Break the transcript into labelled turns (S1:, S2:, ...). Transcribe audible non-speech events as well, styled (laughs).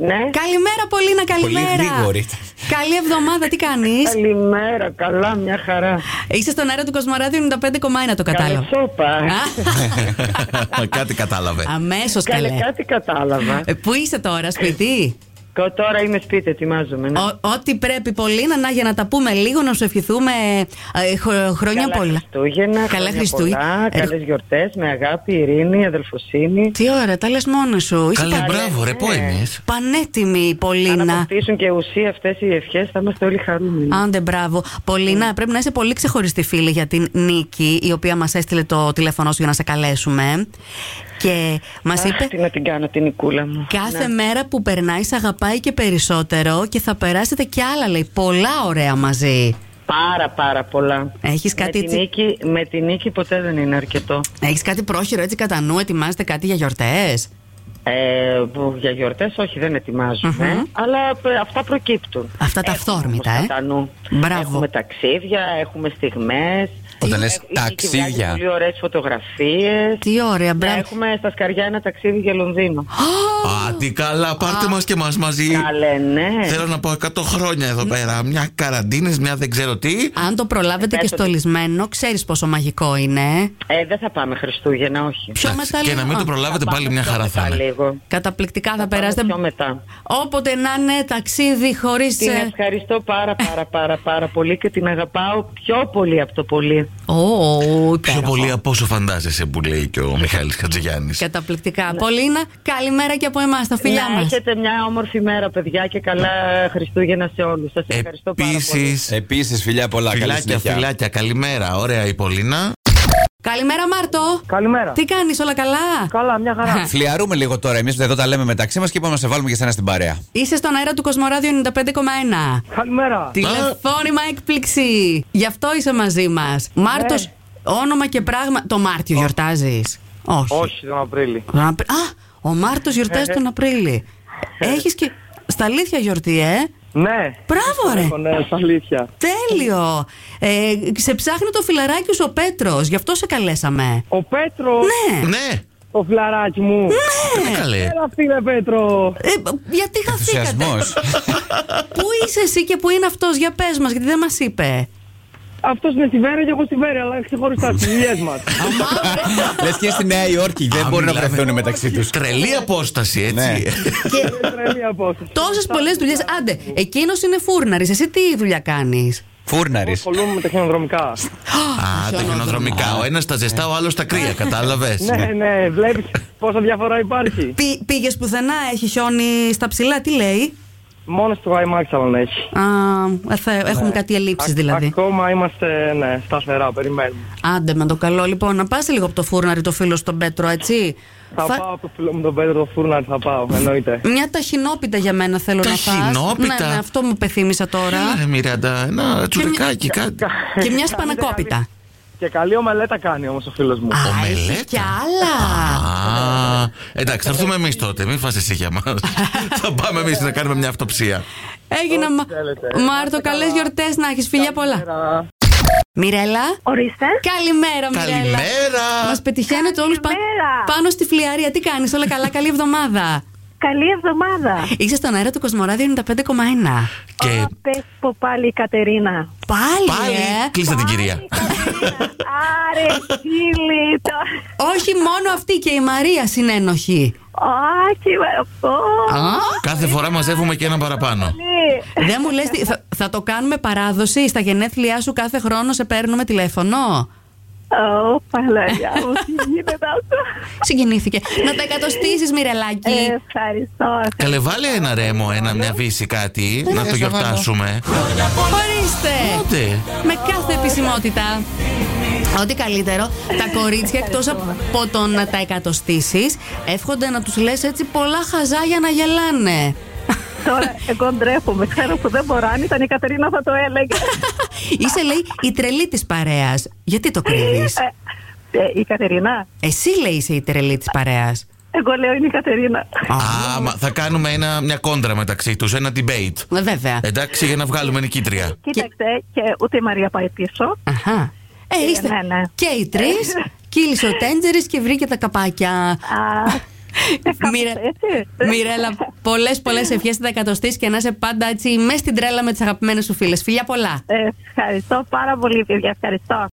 S1: Ναι.
S2: Καλημέρα, Πολύνα, καλημέρα.
S3: Πολύ γρήγορη ήταν.
S2: Καλή εβδομάδα, τι κάνεις.
S1: Καλημέρα, καλά, μια χαρά.
S2: Είσαι στον αέρα του Κοσμοράδιου 95,1 το κατάλαβα.
S1: Καλεσόπα.
S3: Κάτι κατάλαβε.
S2: Αμέσως καλέ.
S1: Καλέ, κάτι κατάλαβα.
S2: Ε, Πού είσαι τώρα, σπίτι.
S1: Ко- Τώρα είμαι σπίτι, ετοιμάζομαι. ναι.
S2: Ο- Ό,τι πρέπει, Πολύνα, να για να τα πούμε λίγο, να σου ευχηθούμε ε, χρο- χρόνια
S1: Καλά
S2: πολλά.
S1: Χριστούγεννα,
S2: Καλά
S1: Καλά
S2: Χριστούγεννα.
S1: Χριστούγεννα.
S2: Ε,
S1: Καλές γιορτές με αγάπη, ειρήνη, αδελφοσύνη.
S2: Τι ώρα, τα λες μόνος σου. Είσαι
S3: Καλέ,
S2: πα-
S3: μπράβο, ρε, πόενε.
S2: πανέτοιμη η
S1: Αν
S2: Πολύνα.
S1: αποκτήσουν και ουσία αυτές οι ευχές, θα είμαστε όλοι χαρούμενοι.
S2: Άντε, μπράβο.
S1: Ε.
S2: Πολύνα, πρέπει να είσαι πολύ ξεχωριστή φίλη για την Νίκη, η οποία μας έστειλε το τηλέφωνό σου για να σε καλέσουμε. Και μας
S1: Αχ,
S2: είπε.
S1: Τι ναι. να την κάνω την Νικούλα μου.
S2: Κάθε μέρα που περνάει, σε αγαπάει και περισσότερο και θα περάσετε κι άλλα, λέει. Πολλά ωραία μαζί.
S1: Πάρα πάρα πολλά.
S2: Έχεις
S1: με,
S2: Ε, κάτι
S1: την
S2: έτσι-
S1: νίκη, με την νίκη ποτέ δεν είναι αρκετό.
S2: Έχεις κάτι πρόχειρο έτσι κατά νου, ετοιμάζετε κάτι για γιορτές.
S1: Ε, που για γιορτές όχι, δεν ετοιμάζουμε.
S2: Μμμ.
S1: Αλλά ε, αυτά προκύπτουν.
S2: Αυτά τα
S1: Έχουμε
S2: φθόρμητα,
S1: όμως
S2: ε.
S1: κατά νου.
S2: Μπράβο.
S1: Έχουμε ταξίδια, έχουμε στιγμές.
S3: Όταν λες ταξίδια.
S1: Πολύ ωραίες φωτογραφίες.
S2: Τι ωραία, μπράβο.
S1: Έχουμε στα σκαριά ένα ταξίδι για Λονδίνο.
S3: Α, τι καλά, πάρτε μας και μας μαζί.
S1: Καλέ, ναι.
S3: Θέλω να πω 100 χρόνια εδώ πέρα. Μια καραντίνες, μια δεν ξέρω τι.
S2: Αν το προλάβετε και
S1: Πες ότι-
S2: στολισμένο, ξέρεις πόσο μαγικό είναι.
S1: Ε, δεν θα πάμε Χριστούγεννα, όχι.
S2: Πιο
S3: Εντάξει,
S2: μετά
S3: Και
S2: λίγο-
S3: να μην
S2: Α,
S3: το προλάβετε πάλι μια χαρά θα
S1: Μετά
S3: είναι.
S1: λίγο.
S2: Καταπληκτικά θα
S1: Πάμε
S2: περάσετε.
S1: Πιο μετά.
S2: Όποτε να είναι ταξίδι ε, χωρίς.
S1: Την ευχαριστώ πάρα πάρα πάρα πάρα πολύ και την αγαπάω πιο πολύ από το πολύ.
S3: Πιο πολύ από όσο φαντάζεσαι που λέει και ο Μιχάλης Χατζηγιάννης.
S2: Καταπληκτικά. Πολύνα, καλημέρα και από εμάς, τα φιλιά
S1: να
S2: μας.
S1: έχετε μια όμορφη μέρα παιδιά και καλά Χριστούγεννα σε όλους. Σας ευχαριστώ πάρα πολύ.
S3: Επίσης,
S4: Επίσης, φιλιά πολλά. Ε, καλή
S3: φιλάκια,
S4: συνέχεια.
S3: φιλάκια, καλημέρα. Ωραία η Πολίνα.
S2: Καλημέρα, Μάρτο.
S5: Καλημέρα.
S2: Τι κάνεις, όλα καλά.
S5: Καλά, μια χαρά.
S4: Φλιαρούμε λίγο τώρα. Εμείς εδώ τα λέμε μεταξύ μας και είπαμε να σε βάλουμε και σένα στην παρέα.
S2: Είσαι στον αέρα του Κοσμοράδιο 95,1.
S5: Καλημέρα.
S2: Τηλεφώνημα έκπληξη. Γι' αυτό είσαι μαζί μας. Μάρτος, όνομα και πράγμα. Το Μάρτιο γιορτάζεις. Όχι.
S5: Όχι, τον Απρίλη.
S2: Τον Απρι- Α, ο Μάρτος γιορτάζει τον Απρίλη. Έχεις και. Στα αλήθεια γιορτή, ε.
S5: Ναι.
S2: Μπράβο, ρε.
S5: Έχω, Ναι, στα αλήθεια.
S2: Τέλειο. Ε, σε ψάχνει το φιλαράκι σου ο Πέτρος. Γι' αυτό σε καλέσαμε.
S5: Ο Πέτρος,
S2: Ναι.
S3: Ναι,
S5: το φιλαράκι μου.
S3: τι καλέ.
S1: ε,
S5: Έλα, φίλε Πέτρο.
S2: Ε, γιατί χαθήκατε.
S4: Ενθουσιασμός.
S2: Πού είσαι εσύ και πού είναι αυτός, για πες μας, γιατί δεν μας είπε.
S5: Αυτός είναι στη Βέρεια και εγώ στη Βέρεια, αλλά ξεχωριστά στις δουλειές μας.
S4: Λες και στη Νέα Υόρκη δεν
S3: Α,
S4: μπορούν να
S3: μιλάμε.
S4: βρεθούν μεταξύ τους.
S3: Τρελή απόσταση,
S4: Ναι.
S3: έτσι.
S5: Τρελή απόσταση.
S2: Τόσες πολλές δουλειές. Άντε, εκείνος είναι φούρναρης. Εσύ τι δουλειά κάνεις.
S4: Φούρναρης.
S5: Ασχολούμαι με τα χιονοδρομικά.
S3: Α, τα χιονοδρομικά. Ο ένας τα ζεστά, ο άλλος τα κρύα. Κατάλαβες.
S5: Ναι, ναι, βλέπεις πόσα διαφορά υπάρχει.
S2: Πή, Πήγες πουθενά, έχει χιόνι στα ψηλά, τι λέει.
S5: Μόνο στο IMAX άλλον έχει.
S2: Α, ε, θα- έχουμε κάτι ελλείψεις
S5: Α-
S2: δηλαδή.
S5: Ακόμα είμαστε ναι, σταθερά, περιμένουμε.
S2: Άντε με το καλό, λοιπόν, να πας λίγο από το φούρναρη το φίλο στον Πέτρο, έτσι.
S5: Θα
S2: Φα-
S5: πάω από το φίλο μου τον Πέτρο, το φούρναρ θα πάω, εννοείται.
S2: Μια ταχυνόπιτα για μένα θέλω να φας Ναι,
S3: Ταχυνόπιτα?
S2: ναι, αυτό μου πεθύμησα
S3: Έλα,
S2: τώρα.
S3: ρε, ε, Μιράντα, ένα τσουρεκάκι, κάτι.
S2: και μια σπανακόπιτα.
S5: Και καλή ομελέτα κάνει όμως ο φίλος μου.
S2: Α, έχει
S3: Ομελέτα.
S2: και άλλα.
S3: Α, εντάξει, θα έρθουμε εμείς τότε. Μην φάσε εσύ για μας. Θα πάμε εμείς να κάνουμε μια αυτοψία.
S2: Έγινα. Μα...
S5: θέλετε.
S2: Μάρτο, καλέ γιορτές να έχεις. Φιλιά πολλά.
S5: Καλημέρα.
S2: Μιρέλα.
S6: Ορίστε.
S2: Καλημέρα, Μιρέλα.
S3: Καλημέρα!
S2: Μας πετυχαίνετε όλους πάνω,
S6: Καλημέρα.
S2: πάνω στη φλιαρία. Τι κάνεις, όλα καλά, καλή εβδομάδα.
S6: Καλή εβδομάδα.
S2: Είσαι στον αέρα του Κοσμοράδιο 95,1.
S3: Και
S6: Ω, πες που πάλι η Κατερίνα.
S2: Πάλι, ε.
S3: πάλι κλείστε την κυρία.
S6: Άρε, φίλη. το-
S2: Όχι μόνο αυτή και η Μαρία συνένοχη.
S6: Α, και- Ω, ε,
S2: Α,
S3: Κάθε φορά μαζεύουμε και ένα παραπάνω.
S6: πολύ.
S2: Δεν μου λες, τι- θα, θα το κάνουμε παράδοση στα γενέθλιά σου κάθε χρόνο σε παίρνουμε τηλέφωνο.
S6: Ω, Παλαγιά μου, τι γίνεται αυτό.
S2: Συγκινήθηκε. Να τα εκατοστήσεις Μιρελάκη.
S6: Ε, Ευχαριστώ.
S3: Καλέ, βάλε ένα ρέμο, ένα, μια βύση, κάτι, να το γιορτάσουμε.
S2: Ορίστε.
S3: Τότε.
S2: Με κάθε επισημότητα. Ό,τι καλύτερο, τα κορίτσια εκτός από το να τα εκατοστήσεις, εύχονται να τους λες έτσι πολλά χαζά για να γελάνε. (laughs)
S6: Τώρα, εγώ ντρέπομαι. Ξέρω που δεν μπορώ. Αν ήταν η Κατερίνα θα το έλεγε.
S2: Είσαι, λέει, η τρελή της παρέας. Γιατί το κρύβεις.
S6: Ε, ε, Η Κατερίνα.
S2: Εσύ, λέει, είσαι η τρελή της παρέας.
S6: Εγώ λέω είναι η Κατερίνα.
S3: Α, μα θα κάνουμε ένα, μια κόντρα μεταξύ τους, ένα debate.
S2: Βέβαια.
S3: Εντάξει, για να βγάλουμε νικήτρια.
S6: Κοίταξε, και ούτε η Μαρία πάει πίσω.
S2: Αχα. Ε,
S6: Ε,
S2: είστε
S6: ναι, ναι.
S2: και οι τρεις. Κύλησε ο τέντζερης και βρήκε τα καπάκια.
S6: Α,
S2: Μιρε...
S6: Ε, έτσι.
S2: Μιρέλα, πολλές πολλές ευχέ στην δεκατοστής και να είσαι πάντα έτσι μες στην τρέλα με τις αγαπημένες σου φίλες. Φιλιά πολλά.
S6: Ε, Ευχαριστώ πάρα πολύ, παιδιά. Ευχαριστώ.